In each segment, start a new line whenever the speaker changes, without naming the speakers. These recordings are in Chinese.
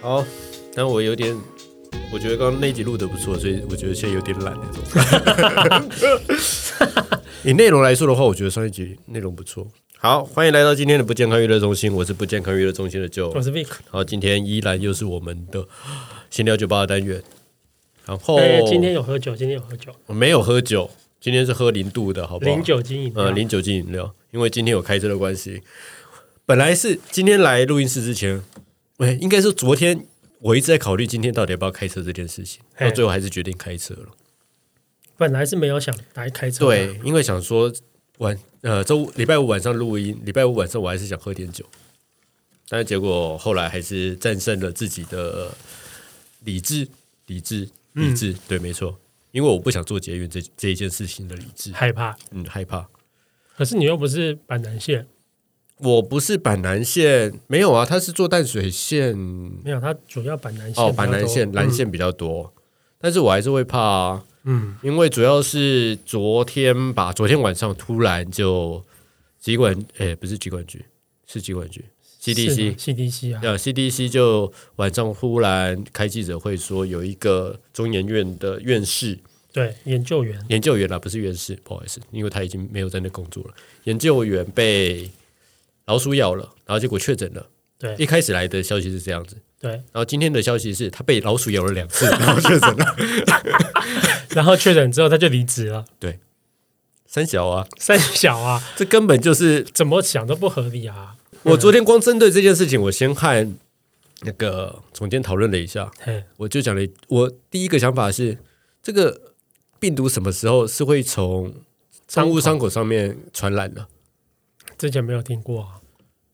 好，但我有点，我觉得刚刚那集录的不错，所以我觉得现在有点懒那种。 以内容来说的话，我觉得上一集内容不错。好，欢迎来到今天的不健康娱乐中心，我是不健康娱乐中心的 Joe。
哦我是 Vic，
好，今天依然又是我们的闲聊酒吧的单元。然后、
哎，今天有喝酒，今天有喝酒，
我没有喝酒，今天是喝零度的，好不好？
零酒精饮料
呃，零酒精饮料，因为今天有开车的关系。本来是今天来录音室之前，喂，应该是昨天我一直在考虑今天到底要不要开车这件事情，
嘿
到最后还是决定开车了。
本来是没有想来开车，
对，，因为想说晚呃周五礼拜五晚上录音，礼拜五晚上我还是想喝点酒，但是结果后来还是战胜了自己的理智，理智，理智，对，没错，因为我不想做捷运这这一件事情的理智，
害怕。
嗯，害怕。
可是你又不是板南线，
我不是板南线，没有啊，他是做淡水线
没有，它主要板南线
嗯哦，
比较
板南
多
线蓝，线比较多，但是我还是会怕啊，
嗯，
因为主要是昨天吧，昨天晚上突然就疾管，诶、不是疾管局，是疾管局
是
CDC，
吗 CDC 啊，
呃，CDC 就晚上忽然开记者会说，有一个中研院的院士
对，研究员
研究员啦，不是院士，不好意思，因为他已经没有在那工作了，研究员被老鼠咬了，然后结果确诊了。
对
一开始来的消息是这样子，
对，
然后今天的消息是他被老鼠咬了两次， 然后确诊了。
然后确诊之后他就离职了，
三小啊，
三小啊，
这根本就是
怎么想都不合理啊，
我昨天光针对这件事情，我先和那个总监讨论了一下，
嘿，
我就讲了一，我第一个想法是，这个病毒什么时候是会从
口
动物伤口上面传染的？
之前没有听过啊，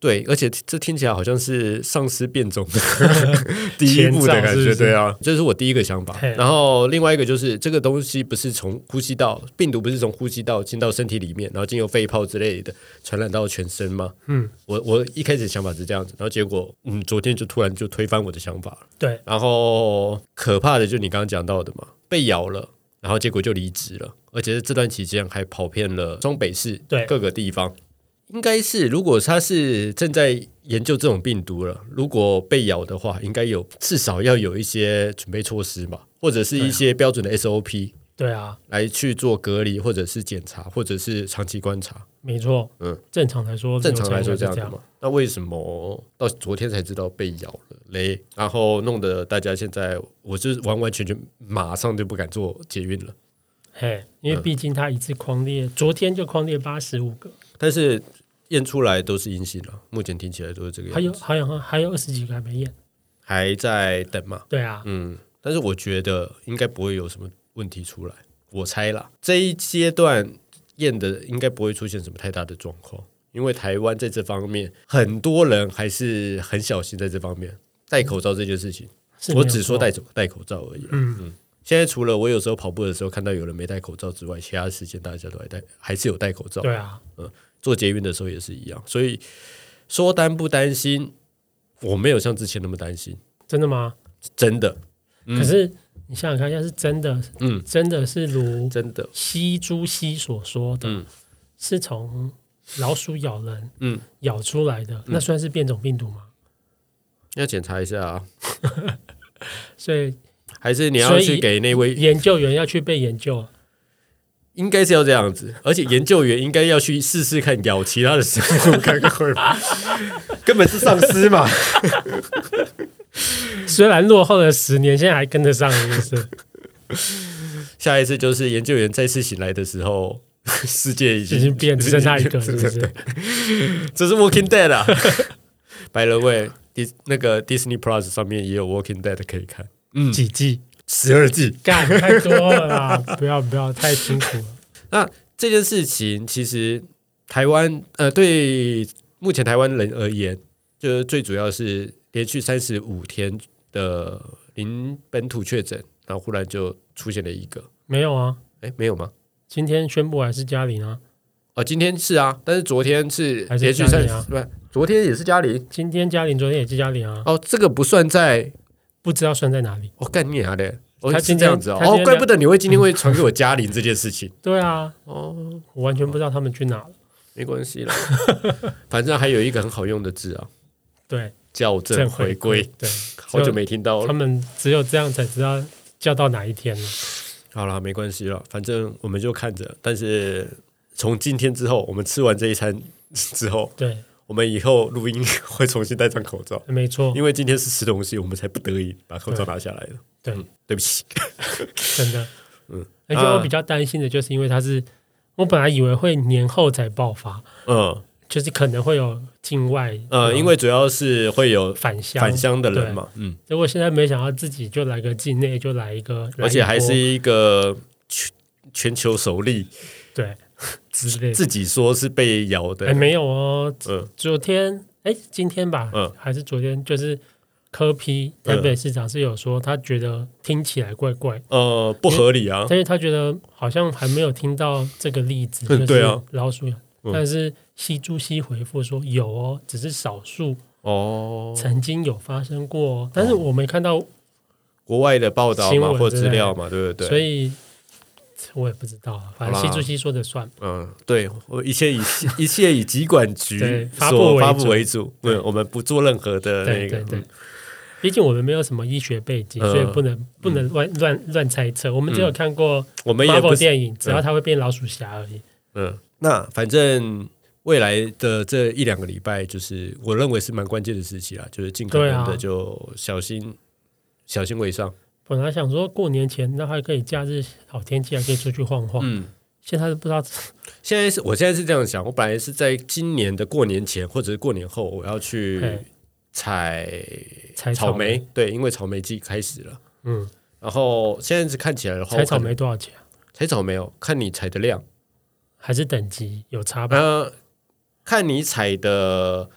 对，而且这听起来好像是丧尸变种的 第一步的感
前兆是
觉，
不是
对啊，这是我第一个想法
嘿。
然后另外一个就是这个东西不是从呼吸道，病毒不是从呼吸道进到身体里面，然后经由肺泡之类的传染到全身吗？
嗯，
我我一开始想法是这样子，然后结果嗯，昨天就突然就推翻我的想法了。
对，
然后可怕的就你刚刚讲到的嘛，被咬了，然后结果就离职了，而且这段期间还跑遍了中北市
对
各个地方。应该是，如果他是正在研究这种病毒了，如果被咬的话，应该有至少要有一些准备措施吧，或者是一些标准的 SOP
对啊，
来去做隔离，或者是检查，或者是长期观察。
没错，
嗯，
正常来说，
正常来说
流
这样
程应
子
该是
嘛。那为什么到昨天才知道被咬了嘞？然后弄得大家现在，我就是完完全全马上就不敢做捷运了。
这样，嘿，因为
嗯
毕竟他一次框列，昨天就框列八十五个。
但是验出来都是阴性了，目前听起来都是这个
还有
样子，
还有还有二十几个还没验。
还在等嘛。
对啊，
嗯，但是我觉得应该不会有什么问题出来，我猜啦。这一阶段验的应该不会出现什么太大的状况，因为台湾在这方面很多人还是很小心在这方面戴口罩这件事情。
是没
我
有
只说
错
戴口戴口罩而已。嗯嗯，现在除了我有时候跑步的时候看到有人没戴口罩之外，其他时间大家都还戴，还是有戴口罩。
对啊，
做捷运的时候也是一样，所以说担不担心，我没有像之前那么担心，
真的吗？
真的，
可是你想想看，要是真的，
嗯，
真的是如
真的，
西朱熹所说的，
嗯
是从老鼠咬人，
嗯，
咬出来的，那算是变种病毒吗？
要检查一下啊，
所以
还是你要
所以
去给那位，
研究员要去被研究，
应该是要这样子，而且研究员应该要去试试看咬 其他的生物看看会吗，根本是丧尸嘛，
虽然落后了十年，现在还跟得上，是不是？
下一次就是研究员再次醒来的时候，世界已经
已经变只剩下 一个，是不是？
这是 Walking Dead 啊。By the way，迪那个 Disney Plus 上面也有 Walking Dead 可以看，
几季？
十二季。
干太多了啦，不要不要，太辛苦了。
那这件事情其实台湾呃，对目前台湾人而言，就是最主要是连续三十五天的零本土确诊，然后忽然就出现了一个，
没有啊，
哎，没有吗？
今天宣布还是嘉玲啊，
哦，今天是啊，但是昨天是
还是
连续
嘉
三
玲
十
啊，
不，昨天也是嘉玲
今天嘉玲，昨天也是嘉玲啊，
哦，这个不算在
不知道算在哪里。
我、干你娘的！哦，
他
是
今天
这样子哦，
他今
哦，
天
怪不得你会今天会传给我嘉玲这件事情
对啊，
哦，
我完全不知道他们去哪了。
没关系啦，反正还有一个很好用的字啊，
对，
校正回归，
对，
好久没听到了。
他们只有这样才知道叫到哪一天了。
好了，没关系了，反正我们就看着。但是从今天之后，我们吃完这一餐之后，
对，
我们以后录音 会重新戴上口罩，
没错，
因为今天是吃东西，我们才不得已把口罩拿下来的。嗯
对，
对不起，
真的。
嗯
而且我
啊
比较担心的就是，因为它是我本来以为会年后才爆发，
嗯
就是可能会有境外
呃，因为主要是会有
返乡
返乡的人
啊对
嘛，嗯，
结果现在没想到自己就来个境内，就来一个，
而且还是
来一
一个全全球首例，
波对之类的。
自己说是被咬的
哎，，没有哦，
嗯
昨天哎，今天吧，
嗯
还是昨天，就是柯批台北市长是有说，他觉得听起来怪怪，
呃，不合理啊，
但是他觉得好像还没有听到这个例子，
嗯
就
对
是
啊
老鼠咬。
嗯
但是西朱熹回复说有哦，只是少数
哦，
曾经有发生过、哦，但是我没看到，
国外的报道
新
嘛
闻
或
之类
资
的
料嘛，对不对？
所以我也不知道啊，反正
好啦
西朱熹说的算。
嗯，对，我一切以一切以疾管局
对发布
所
为
发布
主
为主，
对
嗯，我们不做任何的那
对
个
对，对
嗯，
毕竟我们没有什么医学背景，
嗯
所以不能不能乱乱乱猜测。我们只有看过
我们也不
Marvel
是，
电影，只要它会变老鼠侠而已。
嗯，那反正未来的这一两个礼拜，就是我认为是蛮关键的时期啦，就是尽可
对
能
啊
的就小心小心为上，
本来想说过年前那还可以假日好天气还可以出去晃晃，
嗯。
现在都不知道
现在是我现在是这样想，我本来是在今年的过年前或者是过年后，我要去
嘿
采
采
草莓
莓，，
对，因为草莓季开始了。
嗯，
然后现在是看起来的话，
采草
我可能
莓多少钱？
采草莓哦，看你采的量，
还是等级有差吧？
呃，看你采的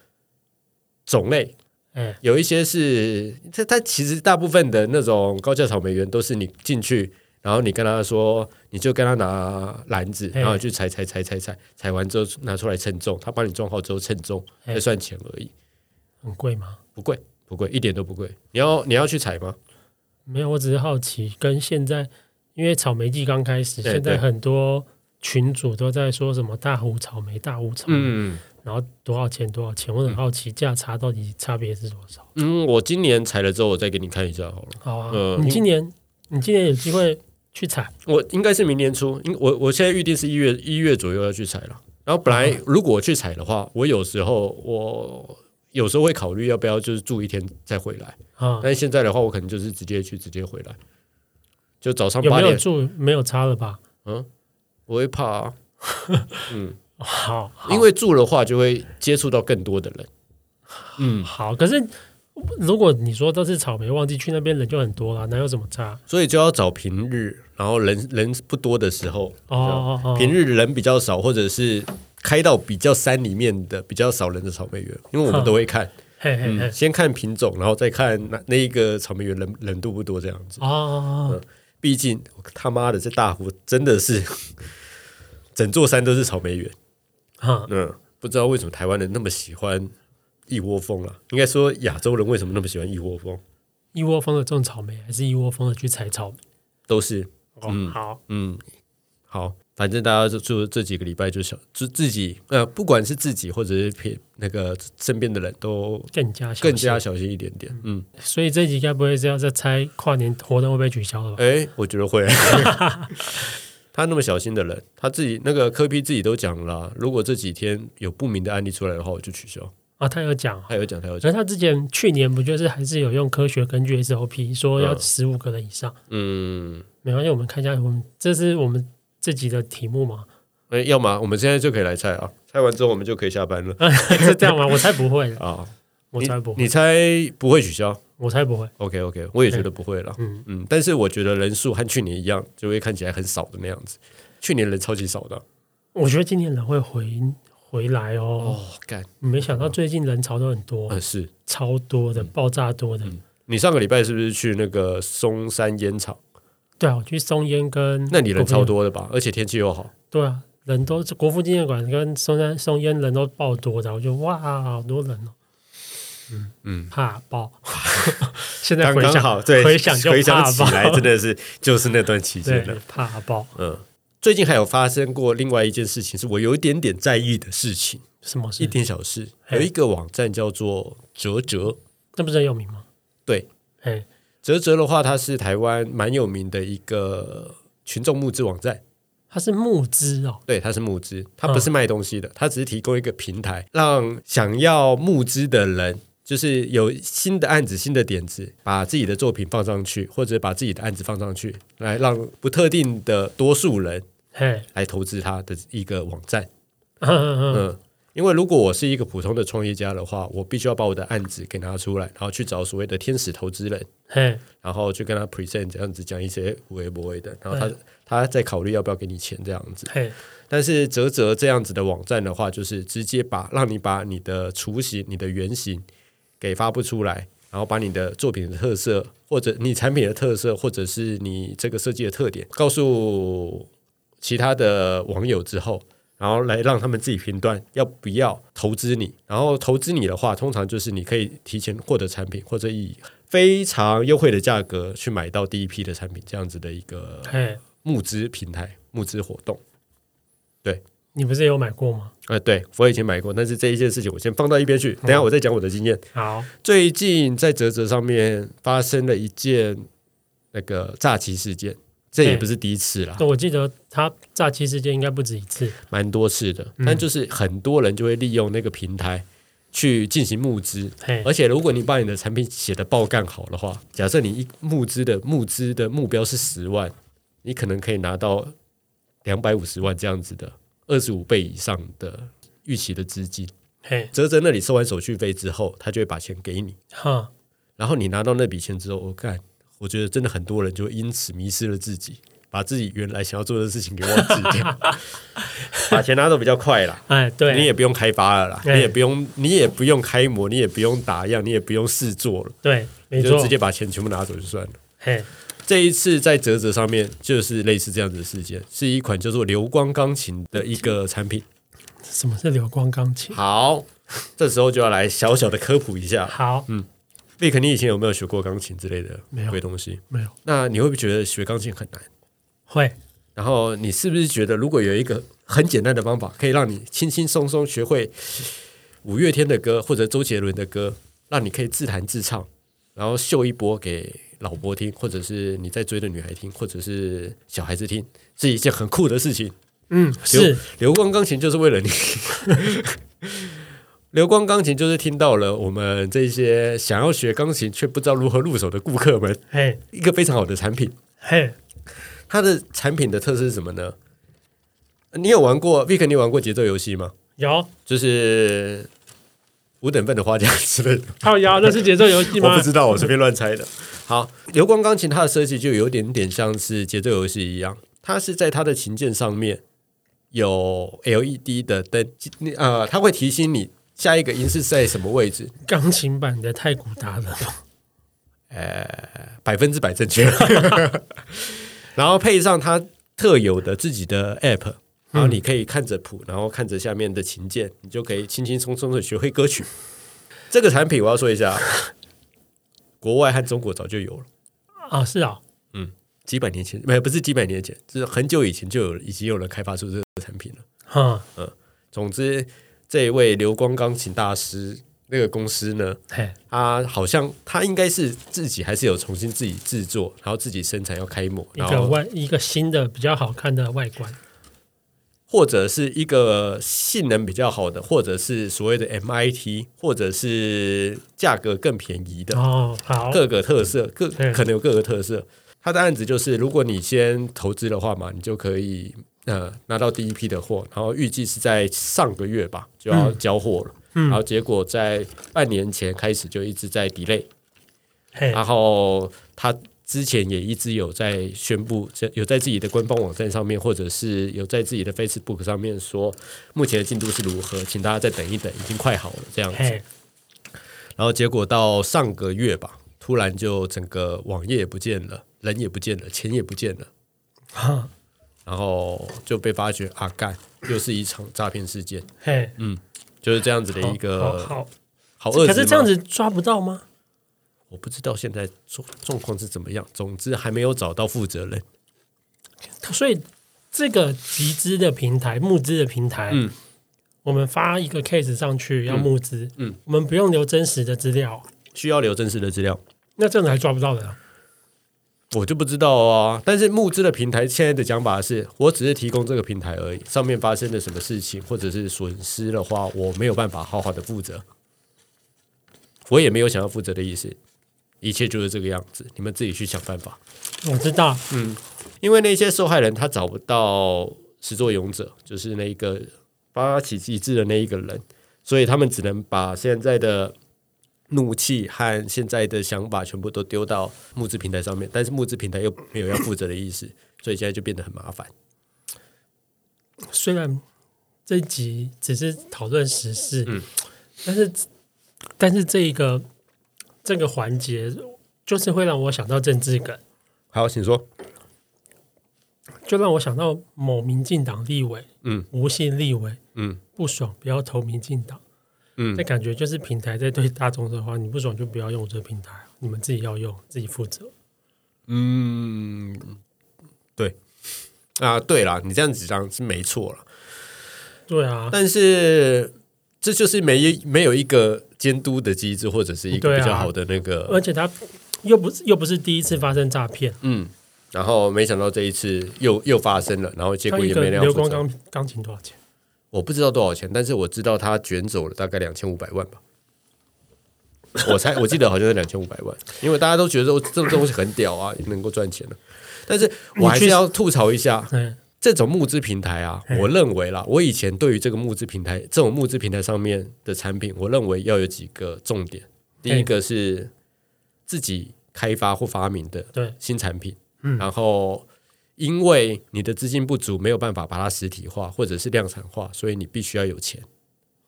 种类，
哎，
有一些是它它其实大部分的那种高价草莓园都是你进去，然后你跟他说，你就跟他拿篮子，
嘿
然后去采采采采采，采完之后拿出来称重，他帮你装好之后称重，
嘿
再算钱而已，
很贵吗？
不贵不贵，一点都不贵。你要你要去采吗？
没有，我只是好奇，跟现在因为草莓季刚开始，
对
现在
对
很多群主都在说什么大湖草莓、大湖草莓，
嗯
然后多少钱多少钱，我很好奇价差到底差别是多少。
嗯，我今年采了之后，我再给你看一下好了。
好啊，
呃
你今年你今年有机会去采，
我应该是明年初，因我我现在预定是一月一月左右要去采了。然后本来如果我去采的话，我有时候我有时候会考虑要不要就是住一天再回来。
啊？
但是现在的话，我可能就是直接去直接回来，就早上
有
八
没有
点，
住没有差了吧？
我会怕、啊，
好，好
因为住的话就会接触到更多的人。嗯，
好，可是如果你说都是草莓旺季，去那边人就很多了，哪有什么差？
所以就要找平日，然后人人不多的时候，
哦哦哦，
平日人比较少，或者是开到比较山里面的比较少人的草莓园，因为我们
哼
都会看。
嘿嘿嘿，
先看品种，然后再看那那一个草莓园人人多不多这样子。
哦哦
毕竟我他妈的这大湖真的是 整座山都是草莓园。
哦，哈，
嗯，不知道为什么台湾人那么喜欢一窝蜂啊？应该说亚洲人为什么那么喜欢一窝蜂？
一窝蜂的种草莓，还是一窝蜂的去采草莓？
都是
哦，好，
嗯，好，反正大家就就这几个礼拜就想自自己呃，不管是自己或者是偏那个身边的人都
更加小
更加
心，
小心一点点。嗯，
所以这一集该不会是要在猜跨年活动会不会取消了吧？
哎、我觉得会。 他那么小心的人，他自己那个科批自己都讲了啊、如果这几天有不明的案例出来的话，我就取消。
啊，他有讲哦。
他有讲，他有
可
讲，
是他之前去年不就是还是有用科学根据 SOP 说要
嗯
十五个人以上？
嗯，
没关系，我们看一下，我们这是我们这集的题目嘛？
哎、要么我们现在就可以来猜啊，猜完之后我们就可以下班了
是这样吗？我才不会啦，
啊。
我才不会，
你你猜不会取消
我才不会。
？OK OK，我也觉得不会了。嗯
嗯
嗯，但是我觉得人数和去年一样，就会看起来很少的那样子。去年人超级少
哦
的
我觉得今年人会回回来哦，
哦，干，
没想到最近人潮都很多，
嗯是。
超多的，爆炸多的。
你上个礼拜是不是去那个松山烟草？
对啊，我去松烟跟
那里人超
国父纪念，
多的吧？而且天气又好。
对啊，人都国父纪念馆跟松山松烟人都爆多的，我就哇，好多人哦。嗯嗯，怕爆， 现在
刚
回
刚
想
好，对，
回想就
回想
怕
起
爆，
来，真的是就是那段期间
对
了。
怕爆。
嗯，最近还有发生过另外一件事情，是我有一点点在意的事情，
什么
一
事？
点小事。
嘿
有一个网站叫做“折折
那不是很有名吗？
对，
哎，
泽泽的话，它是台湾蛮有名的一个群众募资网站。
它是募资哦，
对，它是募资，它
嗯
不是卖东西的，它只是提供一个平台，让想要募资的人，就是有新的案子、新的点子，把自己的作品放上去，或者把自己的案子放上去，来让不特定的多数人
嘿，
来投资它的一个网站。
嗯嗯嗯
嗯，因为如果我是一个普通的创业家的话，我必须要把我的案子给拿出来，然后去找所谓的天使投资人，
嘿，
然后去跟他 present 这样子讲一些无为不为的，然后他
对
他再考虑要不要给你钱这样子。
嘿，
但是泽泽这样子的网站的话，就是直接把让你把你的雏形、你的原型给发布出来，然后把你的作品的特色，或者你产品的特色，或者是你这个设计的特点，告诉其他的网友之后，然后来让他们自己评断要不要投资你。然后投资你的话，通常就是你可以提前获得产品，或者以非常优惠的价格去买到第一批的产品，这样子的一个
嘿，
募资平台、募资活动。
你不是也有买过吗？
呃，对我以前买过，但是这一件事情我先放到一边去，等一下我再讲我的经验。
好，
最近在泽泽上面发生了一件那个诈欺事件，这也
对
不是第一次啦，
那我记得他诈欺事件应该不止一次，
蛮多次的。但就是很多人就会利用那个平台去进行募资，
嘿，
而且如果你把你的产品写的爆干好的话，假设你一募资的募资的目标是十万，你可能可以拿到两百五十万这样子的二十五倍以上的预期的资金。
嘿，
泽泽那里收完手续费之后，他就会把钱给你。
哈，
然后你拿到那笔钱之后，我、看，我觉得真的很多人就会因此迷失了自己，把自己原来想要做的事情给忘记 掉，把钱拿走比较快啦。
哎，
你
对，
也不用开发了啦，
对
你也不用，你也不用开模，你也不用打样，你也不用试做了，
对，没
你就
错
直，接把钱全部拿走就算了。
嘿，
这一次在泽泽上面就是类似这样子的事件，是一款叫做流光钢琴的一个产品。
什么是流光钢琴？
好，这时候就要来小小的科普一下，
好，
贝肯，你以前有没有学过钢琴之类的
没有
鬼东西？
没有，
那你会不会觉得学钢琴很难？
会，
然后你是不是觉得，如果有一个很简单的方法，可以让你轻轻松松学会五月天的歌或者周杰伦的歌，让你可以自弹自唱，然后秀一波给老婆听，或者是你在追的女孩听，或者是小孩子听，是一件很酷的事情。
嗯，
流
是，
流光钢琴就是为了你。 流光钢琴就是听到了我们这些想要学钢琴却不知道如何入手的顾客们
嘿，
一个非常好的产品。
嘿，
它的产品的特色是什么呢？你有玩过 Vic？你有玩过节奏游戏吗？
有，
就是五等份的花架之类的。
靠腰，那是节奏游 戏
我
吗
不？知道，我随便乱猜的。 好，流光钢琴它的设计就有点点像是节奏游戏一样，它是在它的琴键上面有 LED 的灯，呃，它会提醒你下一个音是在什么位置。
钢琴版的太古达人，
呃百分之百正确。 然后配上它特有的自己的 app，然后你可以看着谱，然后看着下面的琴键，你就可以轻轻松松的学会歌曲。这个产品我要说一下，国外和中国早就有了，
啊，是啊，
几百年前，没有不是几百年前，就是很久以前就有已经有人开发出这个产品了。
哈，
总之，这一位流光钢琴大师那个公司呢，
嘿，
他好像他应该是自己还是有重新自己制作，然后自己生产要开模，
一
然
个
后
外一个新的比较好看的外观，
或者是一个性能比较好的，或者是所谓的 MIT，或者是价格更便宜的，
哦，好，
各个特色，各
哦对
可能有各个特色。它的案子就是，如果你先投资的话嘛，你就可以呃拿到第一批的货，然后预计是在上个月吧就要交货了，
嗯
然后结果在半年前开始就一直在 delay，
嘿，
然后他之前也一直有在宣布，这有在自己的官方网站上面，或者是有在自己的 Facebook 上面说，目前的进度是如何，请大家再等一等，已经快好了这样子。
嘿，
然后结果到上个月吧，突然就整个网页也不见了，人也不见了，钱也不见了，
哈，
然后就被发觉啊，干，又是一场诈骗事件，
嘿，
嗯就是这样子的一
好
个
好，
好恶
可
质
是这样
吗
子抓不到吗？
我不知道现在状状况是怎么样，总之还没有找到负责人。
所以这个集资的平台、募资的平台，
嗯
我们发一个 case 上去要募资，
嗯
我们不用留真实的资料，
需要留真实的资料，
那这样子还抓不到人啊？
我就不知道啊。但是募资的平台现在的讲法是，我只是提供这个平台而已，上面发生了什么事情或者是损失的话，我没有办法好好的负责，我也没有想要负责的意思，一切就是这个样子，你们自己去想办法。
我知道，
嗯因为那些受害人他找不到始作俑者，就是那一个发起机制的那一个人，所以他们只能把现在的怒气和现在的想法全部都丢到募资平台上面，但是募资平台又没有要负责的意思，所以现在就变得很麻烦。
虽然这一集只是讨论时事，
嗯
但是但是这一个这个环节，就是会让我想到政治梗，
好，请说。
就让我想到某民进党立委，
嗯，
无姓立委，
嗯，
不爽不要投民进党，
嗯
那感觉就是平台在对大众说话，你不爽就不要用我这个平台，啊你们自己要用，自己负责。
嗯，对，啊，对啦，你这样子讲是没错了。
对啊，
但是这就是没没有一个监督的机制，或者是一个
对啊
比较好的那个，
而且他又不是又不是第一次发生诈骗，
嗯。然后没想到这一次又又发生了，然后结
他
果
一
也
个
没人要
流
负
光
责。
钢钢琴多少钱？
我不知道多少钱，但是我知道他卷走了大概两千五百万吧。我猜我记得好像是两千五百万，因为大家都觉得说这种东西很屌啊，能够赚钱的、但是我还是要吐槽一下，
嗯，
这种募资平台啊，我认为啦，我以前对于这个募资平台，这种募资平台上面的产品，我认为要有几个重点。第一个是自己开发或发明的
对
新产品，然后因为你的资金不足，没有办法把它实体化或者是量产化，所以你必须要有钱。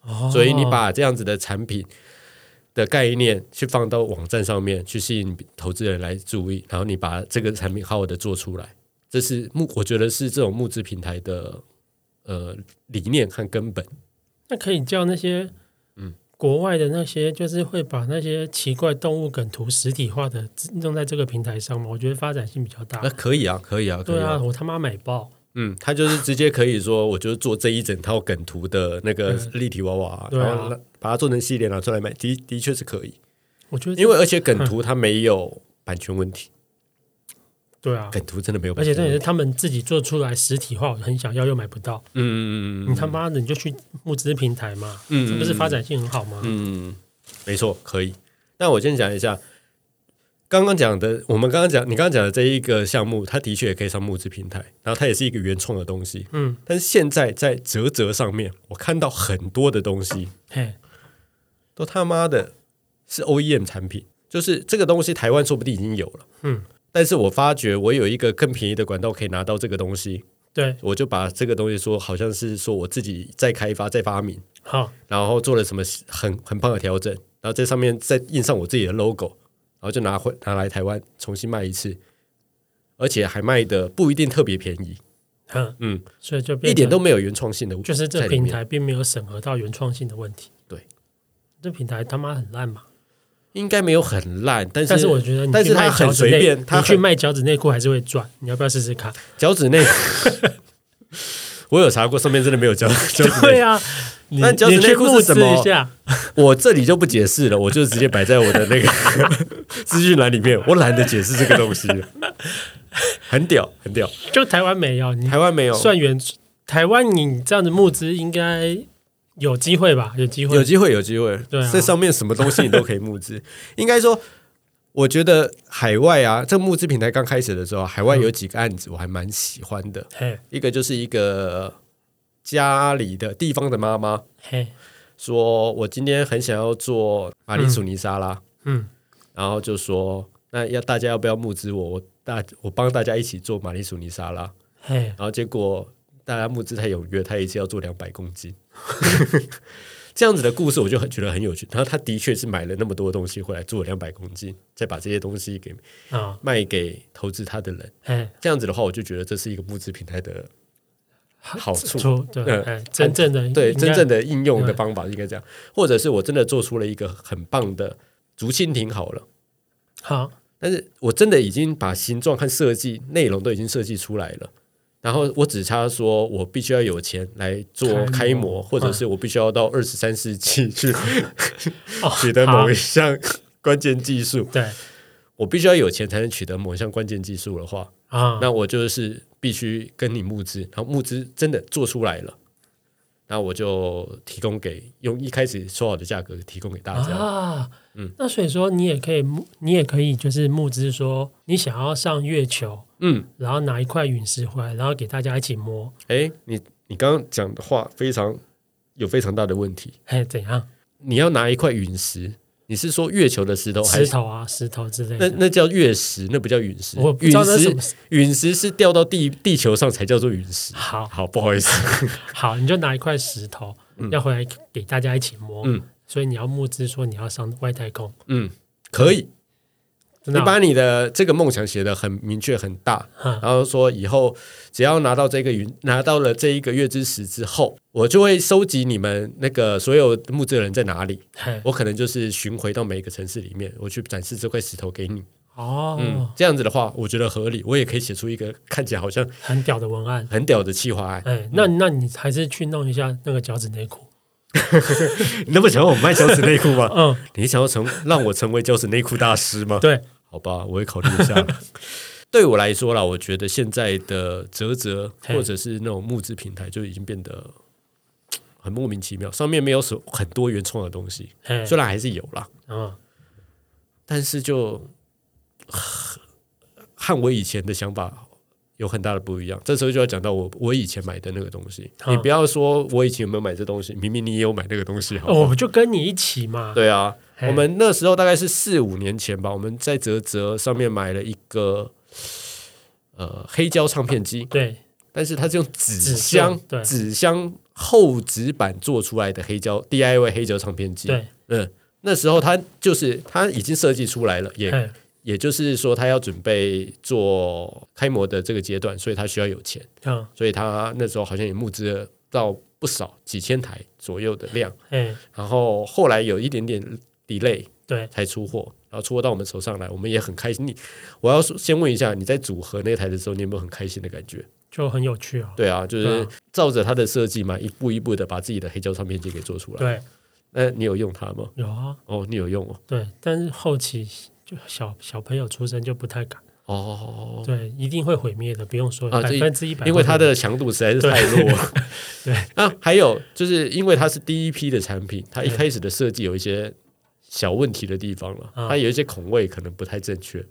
哦
所以你把这样子的产品的概念去放到网站上面，去吸引投资人来注意，然后你把这个产品好好的做出来，这是募，我觉得是这种募资平台的呃理念和根本。
那可以叫那些嗯国外的那些，就是会把那些奇怪动物梗图实体化的弄在这个平台上嘛？我觉得发展性比较大
那、。可以啊，可以啊，可以
对啊，我他妈买爆！
嗯，他就是直接可以说，我就是做这一整套梗图的那个立体娃娃，
嗯对啊
然后把它做成系列拿出来卖，的的确是可以，
我觉得
因为而且梗图它没有版权问题，
对啊，
梗图真的没有
而
版
且
权
重点
问
是
题，
他们自己做出来实体化，我很想要又买不到。
嗯嗯嗯嗯嗯
你他妈的，你就去募资平台嘛，
嗯
这不是发展性很好吗？
嗯，没错，可以。那我先讲一下，刚刚讲的，我们刚刚讲，你刚刚讲的这一个项目，它的确也可以上募资平台，然后它也是一个原创的东西。
嗯，
但是现在在泽泽上面，我看到很多的东西
嘿，
都他妈的是 OEM 产品，就是这个东西台湾说不定已经有了。
嗯，
但是我发觉我有一个更便宜的管道可以拿到这个东西，
对，
我就把这个东西说好像是说我自己在开发、在发明，
好，
然后做了什么很很棒的调整，然后在上面再印上我自己的 logo，然后就拿回拿来台湾重新卖一次，而且还卖的不一定特别便宜，
嗯
嗯，
所以就变
一
成
点都没有原创性的，
就是这平。台并没有审核到原创性的问题。
对，
这平台他妈很烂嘛。
应该没有很烂，但是
但是我觉得你
但
去
是
卖
它
脚
很
趾内，
随便，它
你去
很
卖脚趾内裤还是会赚，你要不要试试看？
脚趾内， 我有查过，上面真的没 有脚脚趾内
对啊，你
那脚趾
你去
内裤是
募资
什么
一下，
我这里就不解释了，我就直接摆在我的那个 资讯栏里面，我懒得解释这个东西了，很屌很屌，
就台湾没有，你
台湾没有，
算原台湾你这样的募资应该有机会吧？有机
有
会，
机会，有机会。
对啊
在上面什么东西你都可以募资。 应该说，我觉得海外啊，这募资平台刚开始的时候，海外有几个案子我还蛮喜欢的。
嘿
一个就是一个家里的地方的妈妈
嘿，
说，我今天很想要做马铃薯泥沙拉，
嗯，
然后就说，那要大家要不要募资我？我大我帮大家一起做马铃薯泥沙拉，
嘿，
然后结果大家募资太踊跃，他一次要做两百公斤，这样子的故事我就很觉得很有趣。然后他的确是买了那么多东西回来做两百公斤，再把这些东西给
啊，
卖给投资他的人。
嘿，
这样子的话，我就觉得这是一个募资平台的好处。
错对，
嗯
哎，真正的
对
应该
真正的应用的方法应该这样，或者是我真的做出了一个很棒的竹蜻蜓好了，
好，
但是我真的已经把形状和设计内容都已经设计出来了，然后我只差说我必须要有钱来做开
开模嗯 哦
模，或者是我必须要到二十三世纪去 取得
好
某一项关键技术，
对
我必须要有钱才能取得某项关键技术的话，
啊，
那我就是必须跟你募资，然后募资真的做出来了，那我就提供给用一开始说好的价格提供给大家。
啊，
嗯
那所以说你也可以募，你也可以就是募资说你想要上月球，
嗯，
然后拿一块陨石回来，然后给大家一起摸，
哎，你你刚刚讲的话非常有非常大的问题，
嘿，怎样？
你要拿一块陨石，你是说月球的石头哦还
石
是？
头啊，石头之类
那
的。
那叫月食，那不叫陨石。
我不知
陨
道那是什
石
么
陨石是掉到地地球上才叫做陨石。
好
好，不好意思，
好，你就拿一块石头，要回来给大家一起摸。
嗯
所以你要募资说你要上外太空，
嗯，可以，你
真的啊、
把你的这个梦想写得很明确、很大，
嗯
然后说以后只要拿到这个云，拿到了这一个月之石之后，我就会收集你们那个所有募资的人在哪里，
嘿
我可能就是巡回到每一个城市里面，我去展示这块石头给你。
哦，
嗯，这样子的话，我觉得合理，我也可以写出一个看起来好像
很屌的文案。
很屌的企划案。
哎，那那你还是去弄一下那个脚趾内裤。
你那么想要我卖胶质内裤吗？
嗯，
你想要成让我成为胶质内裤大师吗？
对，
好吧，我会考虑一下。 对我来说啦，我觉得现在的泽泽
嘿
或者是那种募资平台就已经变得嘖很莫名其妙，上面没有什很多原创的东西，
哎，
虽然还是有啦，
嗯，
但是就呵和我以前的想法有很大的不一样。这时候就要讲到我我以前买的那个东西，
好
你不要说我以前有没有买这东西，明明你也有买那个东西，好不好
哦我就跟你一起嘛。
对啊，
嘿
我们那时候大概是四五年前吧，我们在泽泽上面买了一个呃黑胶唱片机，
对，
但是它是用纸
纸
箱
箱对
纸箱厚纸板做出来的黑胶 DIY 黑胶唱片机。
对，
嗯，那时候它就是它已经设计出来了，也
哎，
也就是说它要准备做开模的这个阶段，所以它需要有钱，
嗯，
所以它那时候好像也募资了到不少几千台左右的量，
哎，
然后后来有一点点 delay。
对，
才出货，然后出货到我们手上来，我们也很开心。你，我要说先问一下，你在组合那台的时候，你有没有很开心的感觉？
就很有趣哦。
对啊，就
对
是
啊
照着它的设计嘛，一步一步的把自己的黑胶唱片机给做出来。
对，
那你有用它吗？
有啊，
哦，你有用哦。
对，但是后期就小小朋友出生就不太敢，
哦，
对，一定会毁灭的，不用说，
啊
百
这
分之一百，
因为它的强度实在是太弱了。
对
啊，还有就是因为它是第一批的产品，它一
对
开始的设计有一些小问题的地方了，
啊
它有一些孔位可能不太正确。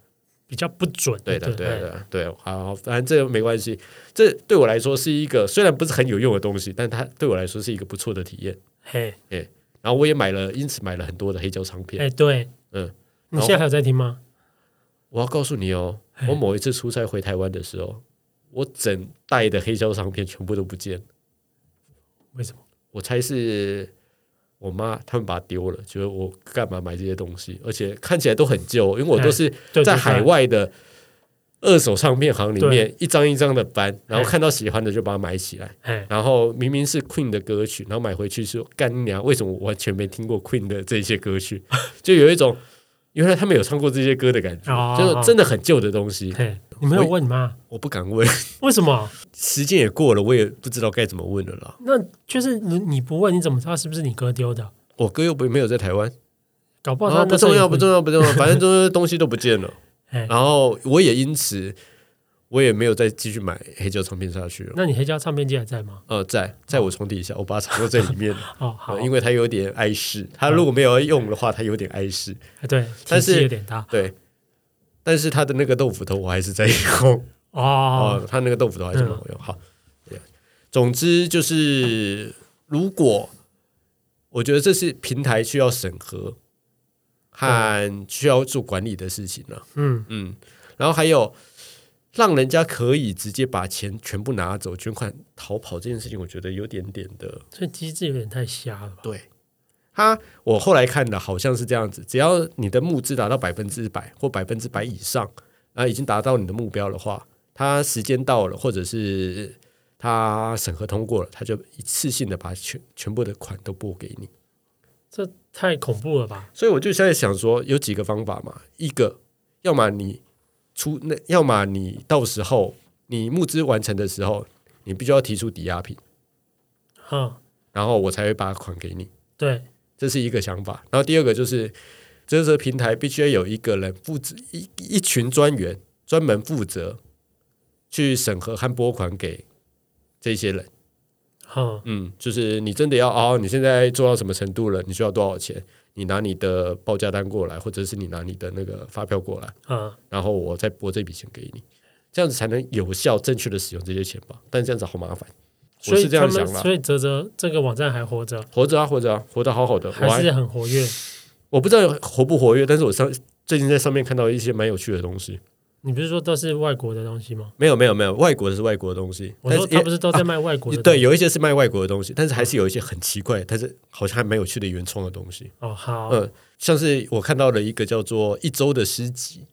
比较不准，
对的，
的，
对的，对的，好，反正这个没关系。这对我来说是一个虽然不是很有用的东西，但它对我来说是一个不错的体验。
嘿，
然后我也买了，因此买了很多的黑胶唱片。
哎，对，
嗯，
你现在还有在听吗？
我要告诉你哦，
哎
我某一次出差回台湾的时候，我整袋的黑胶唱片全部都不见了。
为什么？
我猜是我妈他们把它丢了，觉得我干嘛买这些东西，而且看起来都很旧，因为我
哎
都是
对，
在
对
海，外的二手唱片行里面一张一张的搬，然后
哎
看到喜欢的就把它买起来。
对哎，
然后明明是 Queen 的歌曲，然后买回去说干你娘，为什么我完全没听过 Queen 的这些歌曲？ 就有一种原来他们有唱过这些歌的感觉，
哦
就是真的很旧的东西。
嘿，你没有问你妈
我不敢问，
为什么？
时间也过了，我也不知道该怎么问了啦。
那就是你你不问，你怎么知道是不是你哥丢的？
我哥又不没有在台湾，
搞不好
然
他
后啊
那
不
时候
重要，
也
不重 要，不重要，反正就是东西都不见了。
哎，
然后我也因此，我也没有再继续买黑胶唱片下去了。
那你黑胶唱片机还在吗？
呃，在在我床底下，我把它藏在这里面了，
哦，好
呃，因为它有点碍事。它如果没有要用的话，它有点碍事。
哎对，
但
体积
是
有点大
对，但是他的那个豆腐头我还是在用
哦，嗯
哦，他那个豆腐头还是蛮好用。好，对总之就是，如果我觉得这是平台需要审核
嗯
和需要做管理的事情了、
嗯，
嗯，然后还有让人家可以直接把钱全部拿走、捐款逃跑这件事情，我觉得有点点的
所以机制有点太瞎了吧？
对，他我后来看的好像是这样子，只要你的募资达到百分之百或百分之百以上，啊，已经达到你的目标的话，他时间到了，或者是他审核通过了，他就一次性的把全全部的款都拨给你。
这太恐怖了吧？
所以我就现在想说，有几个方法嘛，一个要么你出那，要么你到时候你募资完成的时候，你必须要提出抵押品，
嗯，
然后我才会把款给你。
对，
这是一个想法。然后第二个就是这个平台必须要有一个人负责一一群专员，专门负责去审核和拨款给这些人。
哈，
嗯，就是你真的要哦，你现在做到什么程度了？你需要多少钱？你拿你的报价单过来，或者是你拿你的那个发票过来，
啊，
然后我再拨这笔钱给你，这样子才能有效、正确的使用这些钱吧。但这样子好麻烦，我
所以
是这
他
样
们
想啦。
所以泽泽这个网站还活着，
活着啊，活着啊，活得好好的。我
还
还
是很活跃。
我不知道活不活跃，但是我上最近在上面看到一些蛮有趣的东西。
你不是说都是外国的东西吗？
没有没有没有，外国的是外国的东西，
我说
但也啊
他不是都在卖外国的东
对，
西？
有一些是卖外国的东西，但是还是有一些很奇怪，但是好像还蛮有趣的原创的东西。
哦，好
嗯，像是我看到了一个叫做一周的诗集，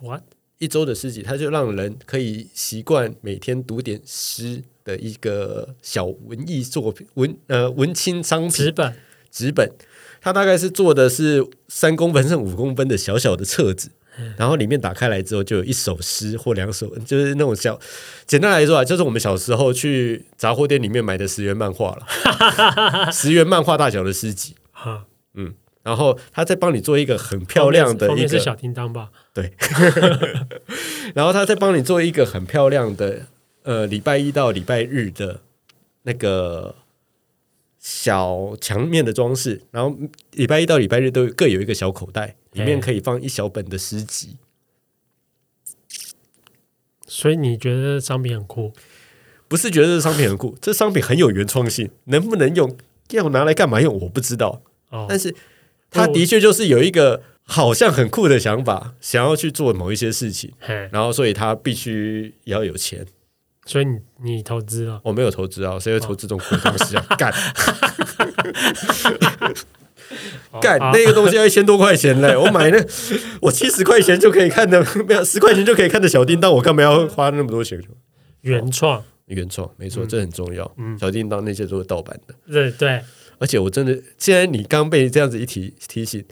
，what？
一周的诗集，它就让人可以习惯每天读点诗的一个小文艺作品，文呃文青商
纸
品
本
纸本。它大概是做的是三公分甚至 五公分的小小的册子，
嗯
然后里面打开来之后就有一首诗或两首，就是那种小，简单来说啊，就是我们小时候去杂货店里面买的十元漫画了， 十元漫画大小的诗集。
哈，
然后他再帮你做一个很漂亮的
后
一
面是
个，
小叮当吧？
然后他再帮你做一个很漂亮的，呃，礼拜一到礼拜日的那个小墙面的装饰，然后礼拜一到礼拜日都各有一个小口袋，里面
哎
可以放一小本的诗集。
所以你觉得商品很酷？
不是觉得这商品很酷，这商品很有原创性，能不能用，要拿来干嘛用，我不知道。
哦，
但是他的确就是有一个好像很酷的想法，想要去做某一些事情，
嘿，
然后所以他必须也要有钱。
所以你你投资了，
我没有投资啊，谁会投资这种鬼东西啊？干
哦
干
啊
那个东西要一千多块钱 嘞！我买那我七十块钱就可以看的，没有十块钱就可以看的小叮当，我干嘛要花那么多钱？
原创，
原创没
嗯
错，这很重要。小叮当那些都是盗版的，
对对，
而且我真的，既然你刚被这样子一提提醒，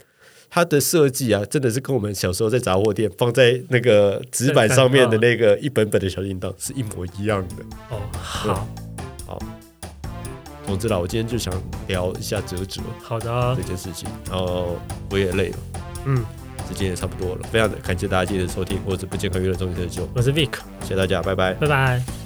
它的设计啊，真的是跟我们小时候在杂货店放在那个纸板上面的那个一本本的小叮当是一模一样的。
哦，好
嗯总之啦，我今天就想聊一下哲哲
好的啊
这，件事情，然后我也累了。
嗯，
时间也差不多了，非常感谢大家今天的收听，我是不健康娱乐中心的九，
我是 Vic，
谢谢大家，拜拜。
拜拜。